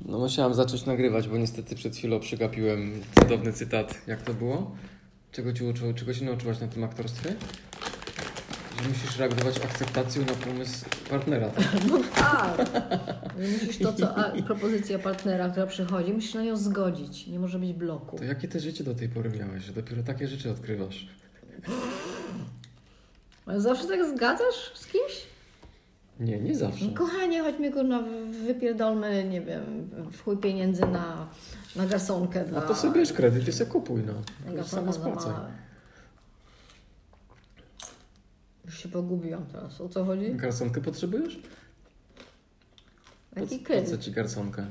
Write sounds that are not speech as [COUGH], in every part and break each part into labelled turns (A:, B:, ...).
A: No musiałem zacząć nagrywać, bo niestety przed chwilą przegapiłem cudowny cytat. Jak to było? Czego ci uczył, czego się nauczyłaś na tym aktorstwie? Że musisz reagować akceptacją na pomysł partnera. Tak?
B: No A, że No musisz to, co a, propozycja partnera, która przychodzi, musisz na nią zgodzić. Nie może być bloku.
A: To jakie te życie do tej pory miałeś, że dopiero takie rzeczy odkrywasz?
B: Ale zawsze tak zgadzasz z kimś?
A: Nie, nie zawsze.
B: No, Kochanie, chodźmy kurna, wypierdolmy, nie wiem, w chuj pieniędzy na, na garsonkę
A: A
B: dla...
A: to sobie bierz kredyt i sobie kupuj, no.
B: na
A: Już Sama
B: garsonka dla
A: spłacaj.
B: małe. Już się pogubiłam teraz. O co chodzi?
A: Garsonkę potrzebujesz? Po,
B: Jaki
A: po co
B: kredyt?
A: ci garsonka?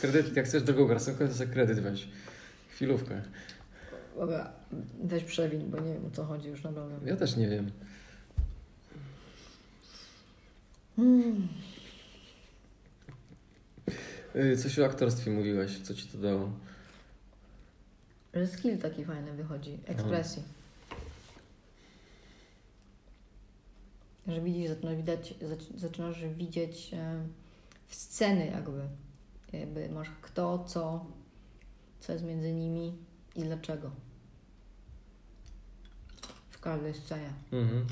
A: Kredyt, jak chcesz drogą garsonkę, to sobie kredyt weź. Chwilówkę.
B: Dobra, weź przewin, bo nie wiem o co chodzi już naprawdę.
A: Ja też nie wiem.
B: Hmm.
A: Y, Coś o aktorstwie mówiłeś, co ci to dało?
B: Że skill taki fajny wychodzi, ekspresji. Że widzisz, zaczynasz, widać, zac- zaczynasz widzieć e, w sceny jakby. jakby. Masz kto, co, co jest między nimi i dlaczego. W każdej scenie.
A: Mhm.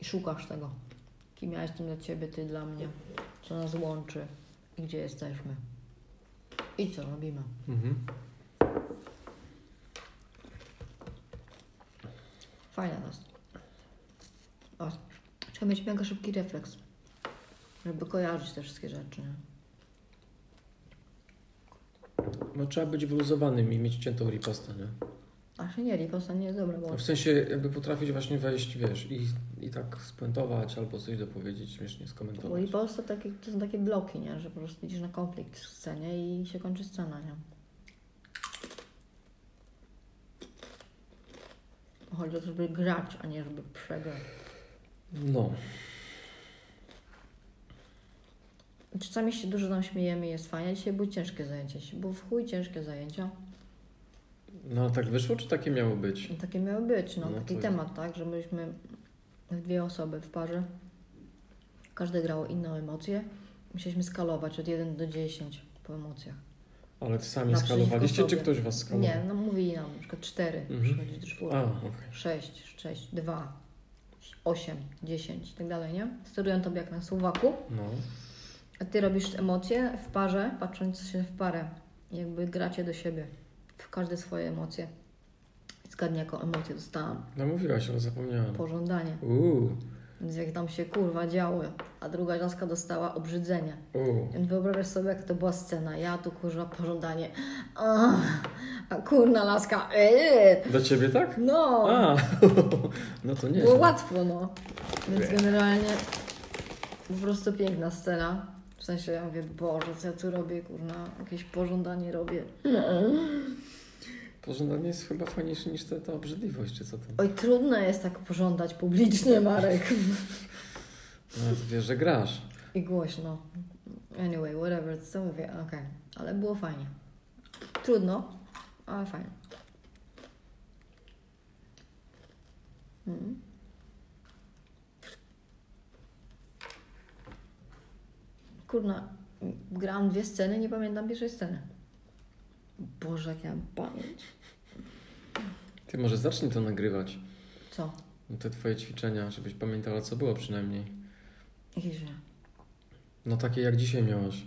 B: I szukasz tego. Kim ja jestem dla ciebie, ty dla mnie. Co nas łączy i gdzie jesteśmy. I co robimy.
A: Mhm.
B: Fajna nas. O, trzeba mieć mega szybki refleks, żeby kojarzyć te wszystkie rzeczy. nie?
A: No trzeba być wyluzowanym i mieć ciętą ripostę, nie?
B: A się nie, riposta nie jest dobra, bo
A: No, W sensie jakby potrafić właśnie wejść, wiesz, i, i tak spuentować albo coś dopowiedzieć, śmiesznie
B: bo
A: skomentować.
B: riposta takie, to są takie bloki, nie? że po prostu idziesz na konflikt w scenie i się kończy scena. Nie? Chodzi o to, żeby grać, a nie żeby przegrać.
A: No.
B: Czasami się dużo tam śmiejemy, jest fajnie. Dzisiaj były ciężkie zajęcia, dzisiaj było w chuj ciężkie zajęcia.
A: No a tak wyszło, czy takie miało być?
B: No Takie miało być, no,
A: No
B: taki
A: to-
B: temat, tak, że byliśmy w dwie osoby w parze, każde grało inną emocję, musieliśmy skalować od 1 do 10 po emocjach.
A: Ale sami
B: Naprzeciwko
A: skalowaliście, czy
B: sobie. ktoś
A: ktoś was skalował?
B: Nie, no mówili nam, na przykład 4,
A: Mhm.
B: przychodzi
A: A,
B: do czwórki,
A: okej.
B: 6, 6, 2, 8, 10 i tak dalej, nie? Sterują tobie jak na Słowaku,
A: No.
B: a ty robisz emocje w parze, patrząc się w parę, jakby gracie do siebie w każde swoje emocje. Zgadnij, jaką emocję dostałam.
A: No mówiłaś, ale zapomniałem.
B: Pożądanie.
A: Uuu,
B: Więc jak tam się kurwa działy, a druga laska dostała obrzydzenie.
A: uuu.
B: Więc wyobrażasz sobie, jak to była scena. Ja tu kurwa pożądanie. Ah, a kurna laska. Eee.
A: Do ciebie tak?
B: No,
A: A, [LAUGHS] no to nie.
B: było łatwo, no. Więc generalnie po prostu piękna scena. W sensie ja mówię, Boże, co ja tu robię, kurna, jakieś pożądanie robię.
A: Pożądanie no jest chyba fajniejsze niż ta, ta obrzydliwość, czy co tam.
B: Oj, trudno jest tak pożądać publicznie, Marek.
A: No, to wiesz, że grasz.
B: I głośno. Anyway, whatever, co mówię, okej. Ale było fajnie. Trudno, ale fajnie. Mm. Kurna, m, grałam dwie sceny, nie pamiętam pierwszej sceny. Boże, jak ja mam pamięć.
A: Ty może zacznij to nagrywać.
B: Co?
A: No, te twoje ćwiczenia, żebyś pamiętała, co było przynajmniej.
B: Jakieś... nie.
A: No takie jak dzisiaj miałaś.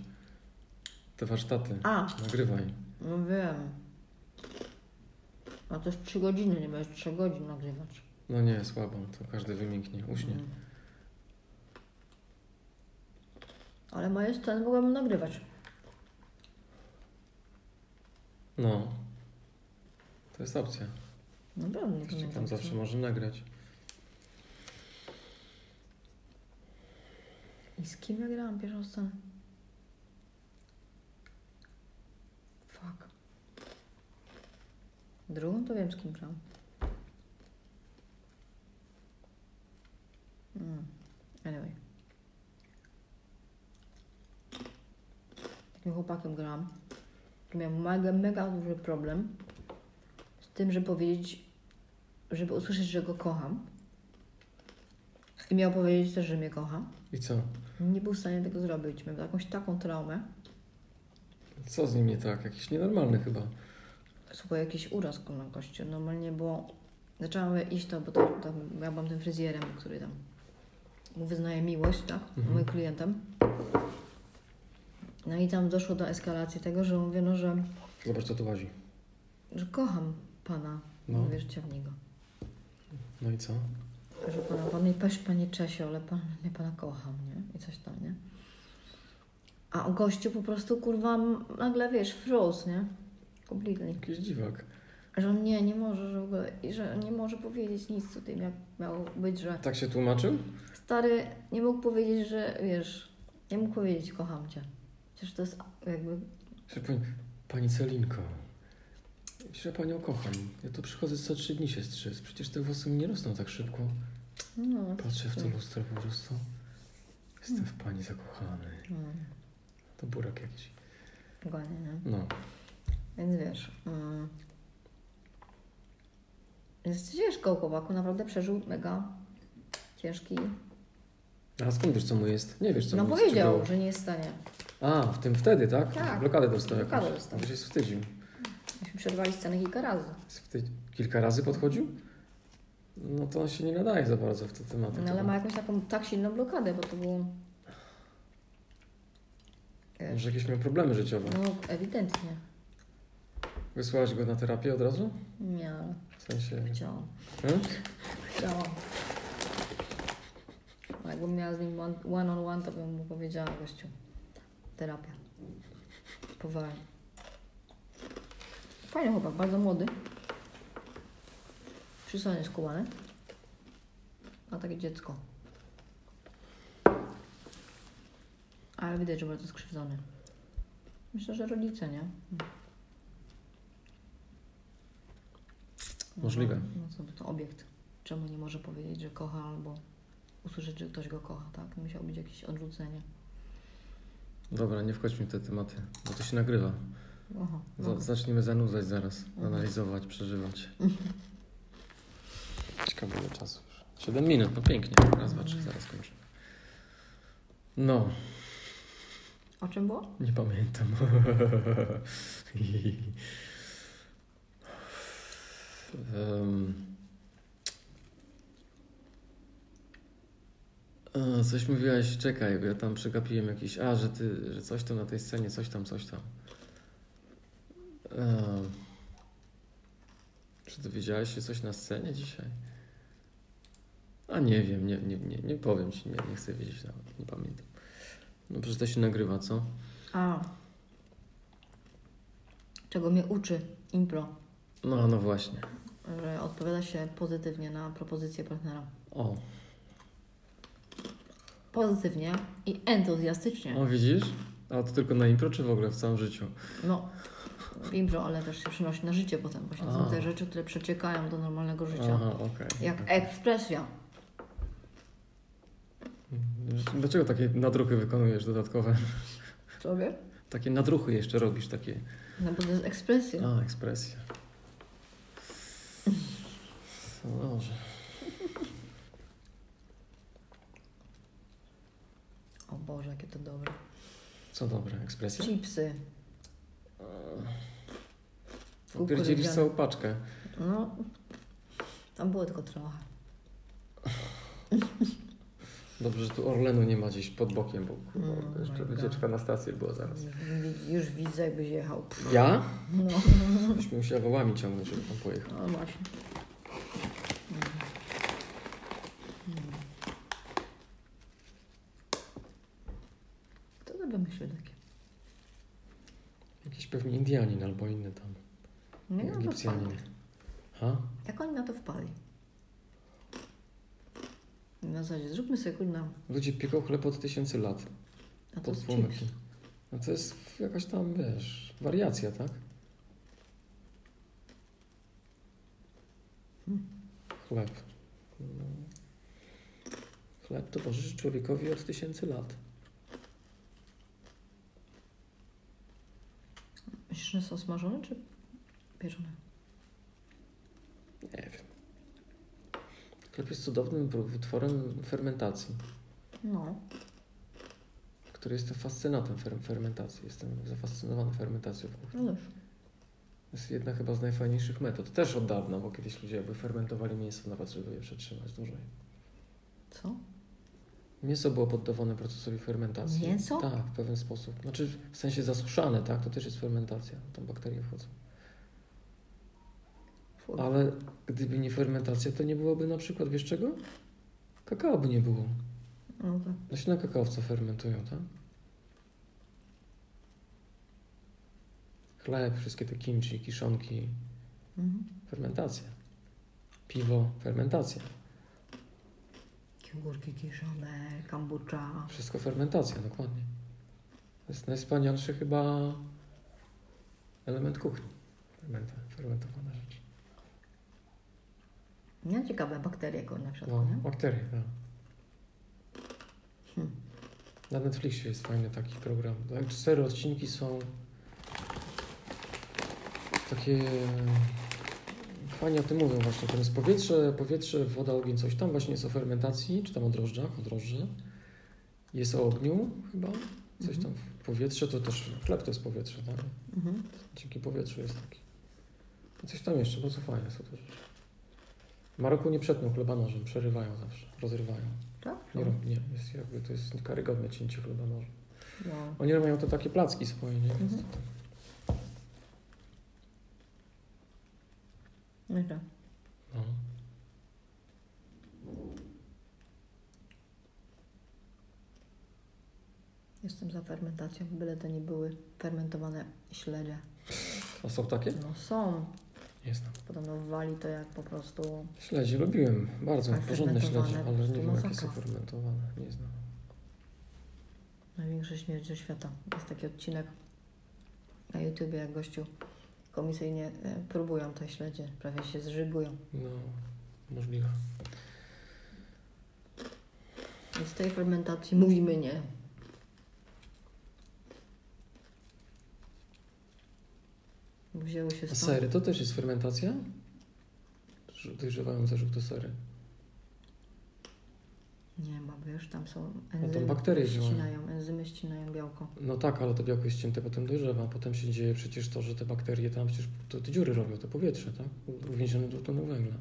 A: Te warsztaty.
B: A,
A: Nagrywaj.
B: No wiem. A to jest 3 godziny, nie będziesz 3 godzin nagrywać.
A: No nie, słabo, to każdy wymięknie, uśnie.
B: Mm. Ale moje sceny mogłabym nagrywać.
A: No. To jest opcja.
B: Naprawdę nie
A: Ktoś ci
B: pamiętam.
A: tam
B: co.
A: zawsze może nagrać.
B: I z kim ja grałam pierwszą scenę? Fuck. Drugą to wiem z kim grałam. Mm. Anyway. Takim chłopakiem grałam. który Miał mega, mega duży problem z tym, żeby powiedzieć, żeby usłyszeć, że go kocham. I miał powiedzieć też, że mnie kocha.
A: I co?
B: Nie był w stanie tego zrobić. Miał jakąś taką traumę,
A: Co z nim nie tak? Jakiś nienormalny chyba.
B: Słuchaj, jakiś uraz na kości. Normalnie było. Zaczęłam iść to, bo to, to ja byłam tym fryzjerem, który tam mu wyznaje miłość, tak?
A: Mhm.
B: Moim klientem. No i tam doszło do eskalacji tego, że mówię, no, że,
A: Zobacz, co tu łazi.
B: że kocham pana.
A: No.
B: No. Mówię, że ciągnij go.
A: No i co?
B: Proszę pana, pan mi paś panie Czesio, ale pan, ja pana kocham, nie? I coś tam, nie? A o gościu po prostu, kurwa, m- nagle, wiesz, froze, nie? Kompletnie.
A: Jakiś dziwak.
B: Że on nie, nie może, że w ogóle, i że nie może powiedzieć nic o tym, jak miało być, że
A: Tak się tłumaczył?
B: stary nie mógł powiedzieć, że, wiesz, nie mógł powiedzieć, kocham cię. Przecież to jest jakby,
A: Że pani, pani Celinko, przecież ja panią kocham. Ja tu przychodzę co trzy dni się strzec. Przecież te włosy mi nie rosną tak szybko.
B: no,
A: Patrzę w to lustro po prostu. Jestem w pani zakochany.
B: no,
A: To burak jakiś.
B: goni, nie?
A: No.
B: Więc wiesz, mm, jest ciężko u chłopaku, naprawdę przeżył mega ciężki,
A: A skąd wiesz, co mu jest? Nie wiesz, co
B: no
A: mu
B: powiedział,
A: jest. czy
B: że nie jest w stanie.
A: było? A, w tym wtedy, tak?
B: Tak.
A: Blokadę dostał
B: Blokadę
A: jakąś.
B: dostał.
A: Bo się wstydził.
B: Myśmy przerwali scenę kilka razy.
A: Wstydzi- Kilka razy podchodził? No to on się nie nadaje za bardzo w te tematy.
B: No ale
A: chyba.
B: ma jakąś taką tak silną blokadę, bo to było. e,
A: Może jakieś miał problemy życiowe.
B: No, ewidentnie.
A: Wysłałaś go na terapię od razu?
B: Nie, ale
A: W sensie...
B: chciałam.
A: Hmm?
B: Chciałam. A Jakbym miała z nim one one, on one to bym mu powiedziała, gościu. Terapia. Poważnie. Fajny chłopak, bardzo młody. Przysłanie skubany. A takie dziecko. Ale widać, że bardzo skrzywdzony. Myślę, że rodzice, nie? No,
A: Możliwe.
B: No co by to obiekt. Czemu nie może powiedzieć, że kocha albo usłyszeć, że ktoś go kocha, tak? Musiał być jakieś odrzucenie.
A: Dobra, nie wchodźmy w te tematy, bo to się nagrywa.
B: Aha,
A: Za-
B: no.
A: Zaczniemy zanudzać zaraz,
B: Mhm.
A: analizować, przeżywać. Ciekawe ile czasu już. 7 minut, no pięknie. Raz, dwa, trzy, zaraz kończymy. No,
B: O czym było?
A: nie pamiętam. Em, e, Coś mówiłaś, czekaj, bo ja tam przegapiłem jakiś, a, że ty, że coś tam na tej scenie, coś tam, coś tam. E, Czy dowiedziałeś się coś na scenie dzisiaj? A nie wiem, nie, nie, nie, nie powiem ci, nie, nie chcę wiedzieć nawet, nie pamiętam. No przecież to się nagrywa, co?
B: A. Czego mnie uczy impro,
A: No, no właśnie.
B: że odpowiada się pozytywnie na propozycję partnera.
A: O,
B: Pozytywnie i entuzjastycznie.
A: o widzisz? A to tylko na impro, czy w ogóle w całym życiu?
B: No, w impro, ale też się przenosi na życie potem. Właśnie to
A: A.
B: są te rzeczy, które przeciekają do normalnego życia.
A: Aha, okej.
B: Jak ekspresja.
A: Dlaczego takie nadruchy wykonujesz dodatkowe?
B: Sobie?
A: Takie nadruchy jeszcze robisz, takie...
B: No bo to jest ekspresja.
A: A, ekspresja. No dobrze.
B: O Boże, jakie to dobre.
A: Co dobre, ekspresja?
B: Chipsy.
A: Eee, Pierdzielisz
B: Kukurydziane.
A: całą paczkę.
B: No, tam było tylko trochę.
A: Dobrze, że tu Orlenu nie ma gdzieś pod bokiem, bo kurwa,
B: Mm,
A: jeszcze
B: my
A: wycieczka na stację była zaraz.
B: Wi- Już widzę, jakbyś jechał.
A: Ja?
B: No,
A: Byśmy musiała wołami ciągnąć, żeby tam pojechał.
B: no właśnie. Kto to wymyślił takie?
A: Jakiś pewnie Indianin albo inny tam.
B: Nie wiem, no,
A: Egipcjanin.
B: fakt.
A: Ha?
B: Jak oni na to wpadli? Na zasadzie, zróbmy sobie kurna.
A: Ludzie pieką chleb od tysięcy lat.
B: A to
A: Pod
B: jest chips.
A: słomyki. No to jest jakaś tam, wiesz, wariacja, tak?
B: Hmm.
A: Chleb. No. Chleb towarzyszy człowiekowi od tysięcy lat.
B: Myślisz, że są smażone czy pieczone?
A: Nie wiem. Chleb jest cudownym wytworem fermentacji,
B: No.
A: który jestem fascynatem fer- fermentacji. Jestem zafascynowany fermentacją.
B: No cóż,
A: To jest jedna chyba z najfajniejszych metod. Też od dawna, bo kiedyś ludzie jakby fermentowali mięso nawet, żeby je przetrzymać dłużej.
B: co?
A: Mięso było poddawane procesowi fermentacji.
B: Mięso?
A: Tak, w pewien sposób. Znaczy w sensie zasuszane, tak? To też jest fermentacja. Tam bakterie wchodzą.
B: Fuj.
A: Ale gdyby nie fermentacja, to nie byłoby na przykład, wiesz czego? Kakao by nie było.
B: No tak.
A: Rośliny kakaowce fermentują, tak? Chleb, wszystkie te kimchi, kiszonki,
B: Mhm.
A: fermentacja. Piwo, fermentacja.
B: Kiełgurki kiszone, kombucha.
A: Wszystko fermentacja, dokładnie. To jest najwspanialszy chyba element kuchni. Fermenta, fermentowana rzecz.
B: No ciekawe bakterie go na przykład,
A: No,
B: nie?
A: bakterie, tak.
B: Hmm.
A: Na Netflixie jest fajny taki program. Tak, Cztery odcinki są takie... e, Fajnie o tym mówią właśnie. Tam jest powietrze, powietrze, woda, ogień, coś tam. Właśnie jest o fermentacji, czy tam o drożdżach, o drożdży. Jest o ogniu chyba, coś
B: Mhm.
A: tam. Powietrze to też, chleb to jest powietrze, tak?
B: Mhm.
A: Dzięki powietrzu jest taki. I coś tam jeszcze, bo co fajne są te rzeczy. W Maroku nie przetną chleba nożem, przerywają zawsze, rozrywają.
B: Tak?
A: Nie, rob- nie jest jakby, to jest karygodne cięcie chleba nożem.
B: No.
A: Oni mają to takie placki swoje, nie? Więc
B: Mhm.
A: to tak.
B: No i tak.
A: No.
B: Jestem za fermentacją, byle to nie były fermentowane śledzie.
A: A są takie?
B: No są.
A: Nie znam.
B: Podobno wali to jak po prostu...
A: Śledzie lubiłem, bardzo,
B: A
A: porządne
B: fermentowane
A: śledzie,
B: po
A: ale nie
B: prostu
A: wiem jakie
B: masakra.
A: są fermentowane, nie znam.
B: Największa śmierć ze świata. Jest taki odcinek na YouTubie, jak gościu komisyjnie e, próbują te śledzie, prawie się zżygują.
A: No, możliwe.
B: Więc tej fermentacji mówimy nie. Wzięły się
A: A
B: stąd.
A: sery to też jest fermentacja? Że Dojrzewające żółte sery.
B: Nie ma, bo już tam są
A: tam
B: enzymy,
A: No bakterie działają.
B: ścinają, enzymy ścinają białko.
A: No tak, ale to białko jest cięte, potem dojrzewa. Potem się dzieje przecież to, że te bakterie tam przecież to, te dziury robią, to powietrze, tak? Uwięzione dwutlenem węgla.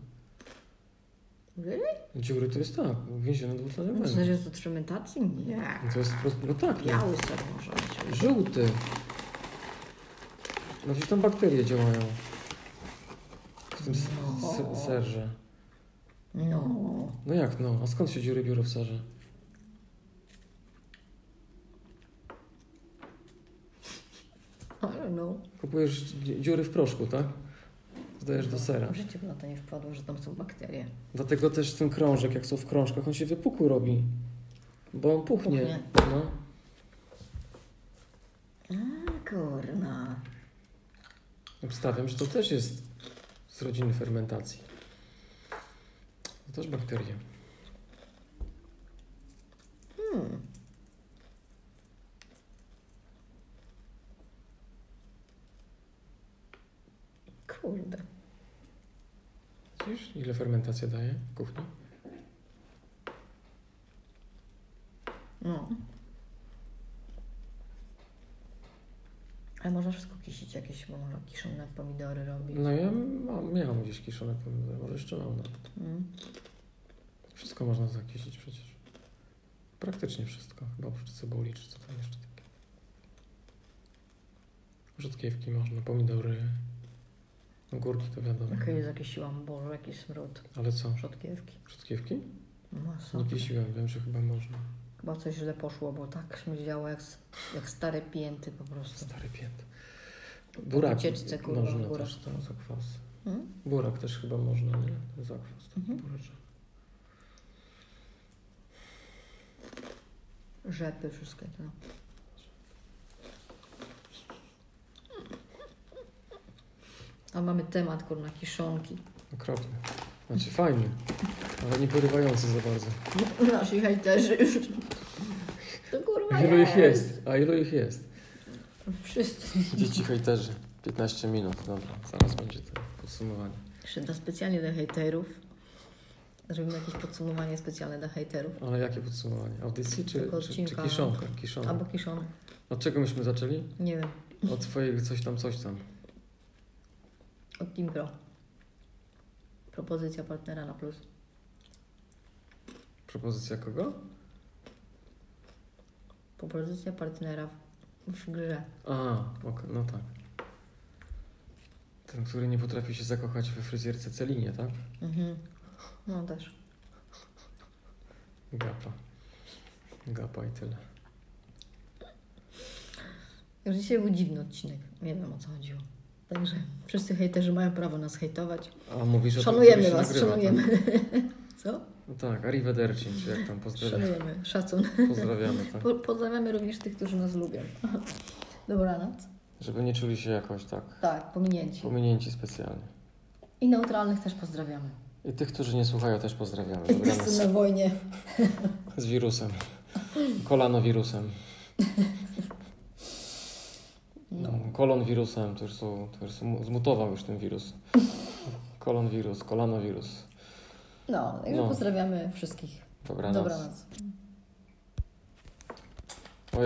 B: Really?
A: Dziury to jest tak, uwięzione dwutlenem
B: No, w
A: węgla.
B: sensie z fermentacji? Nie.
A: To jest prosto, no tak, no.
B: Biały ser może być.
A: żółty. No przecież tam bakterie działają w tym s-
B: No.
A: s- serze.
B: No.
A: No jak no? A skąd się dziury biorą w serze?
B: I don't know.
A: Kupujesz dzi- dziury w proszku, tak? Zdajesz do sera.
B: W życiu bym na to nie wpadło, że tam są bakterie.
A: Dlatego też ten krążek, jak są w krążkach, on się wypukły robi. Bo on puchnie.
B: Puchnie.
A: No.
B: A, kurna.
A: Obstawiam, że to też jest z rodziny fermentacji. To też bakterie.
B: Hmm. Kurde.
A: Widzisz, ile fermentacja daje w kuchni?
B: No. Ale można wszystko kisić jakieś, bo można kiszone pomidory robić.
A: No ja mam, miałam gdzieś kiszone pomidory, może jeszcze mam. nawet.
B: Mm.
A: Wszystko można zakisić przecież. Praktycznie wszystko, chyba oprócz cebuli, czy co tam jeszcze takie. Rzodkiewki można, pomidory, ogórki to wiadomo.
B: Jak je zakisiłam, Boże, jaki smród.
A: Ale co,
B: Rzodkiewki.
A: rzodkiewki?
B: Masa.
A: Nie kisiłem, wiem, że chyba można.
B: Chyba coś źle poszło, bo tak śmierdziało jak, s- jak stary pięty po prostu.
A: Stary pięt. Burak
B: ucieczce, kurwa,
A: można
B: burak.
A: też, tam zakwas.
B: Mm?
A: Burak też chyba można, nie? Ten Zakwas, taki
B: Mhm.
A: buraczek.
B: Rzepy wszystkie, no. A mamy temat, kurna, kiszonki. [LAUGHS]
A: Okropny. Znaczy fajny, ale nie porywający za bardzo.
B: Nasi hejterzy już. To kurwa
A: A ilu ich jest? A ilu ich jest?
B: Wszyscy.
A: Dzieci hejterzy. 15 minut, dobra. Zaraz będzie to podsumowanie.
B: Szyda specjalnie do hejterów. Zrobimy jakieś podsumowanie specjalne dla hejterów.
A: Ale jakie podsumowanie? Audycji czy,
B: Tego
A: czy, czy
B: odcinka.
A: kiszonka? kiszonka?
B: Albo kiszone.
A: Od czego myśmy zaczęli?
B: Nie wiem.
A: Od twojego coś tam, coś tam.
B: Od Team Pro. Propozycja partnera na plus.
A: Propozycja kogo?
B: Propozycja partnera w, w grze.
A: A, ok, no tak. Ten, który nie potrafi się zakochać we fryzjerce Celinie, tak?
B: Mhm. No też.
A: Gapa. Gapa i tyle.
B: Już dzisiaj był dziwny odcinek. Nie wiem o co chodziło. Także wszyscy hejterzy mają prawo nas hejtować.
A: A mówisz o tym,
B: Szanujemy
A: który się
B: was,
A: nagrywa,
B: szanujemy. [LAUGHS] Co?
A: Tak, no tak arrivederci, czy jak tam pozdrawiamy.
B: Szanujemy. Szacun.
A: [LAUGHS] Pozdrawiamy, tak.
B: Po- Pozdrawiamy również tych, którzy nas lubią. [LAUGHS] Dobranoc.
A: Żeby nie czuli się jakoś tak
B: Tak, pominięci.
A: pominięci specjalnie.
B: I neutralnych też pozdrawiamy.
A: I tych, którzy nie słuchają, też pozdrawiamy. Wygramy
B: Wszyscy na
A: z,
B: wojnie.
A: z wirusem. Kolanowirusem.
B: No.
A: Kolonwirusem, to już, są, to już są, zmutował już ten wirus. Kolonwirus, kolanowirus.
B: No, także
A: No.
B: pozdrawiamy wszystkich.
A: Dobranoc.
B: Dobranoc.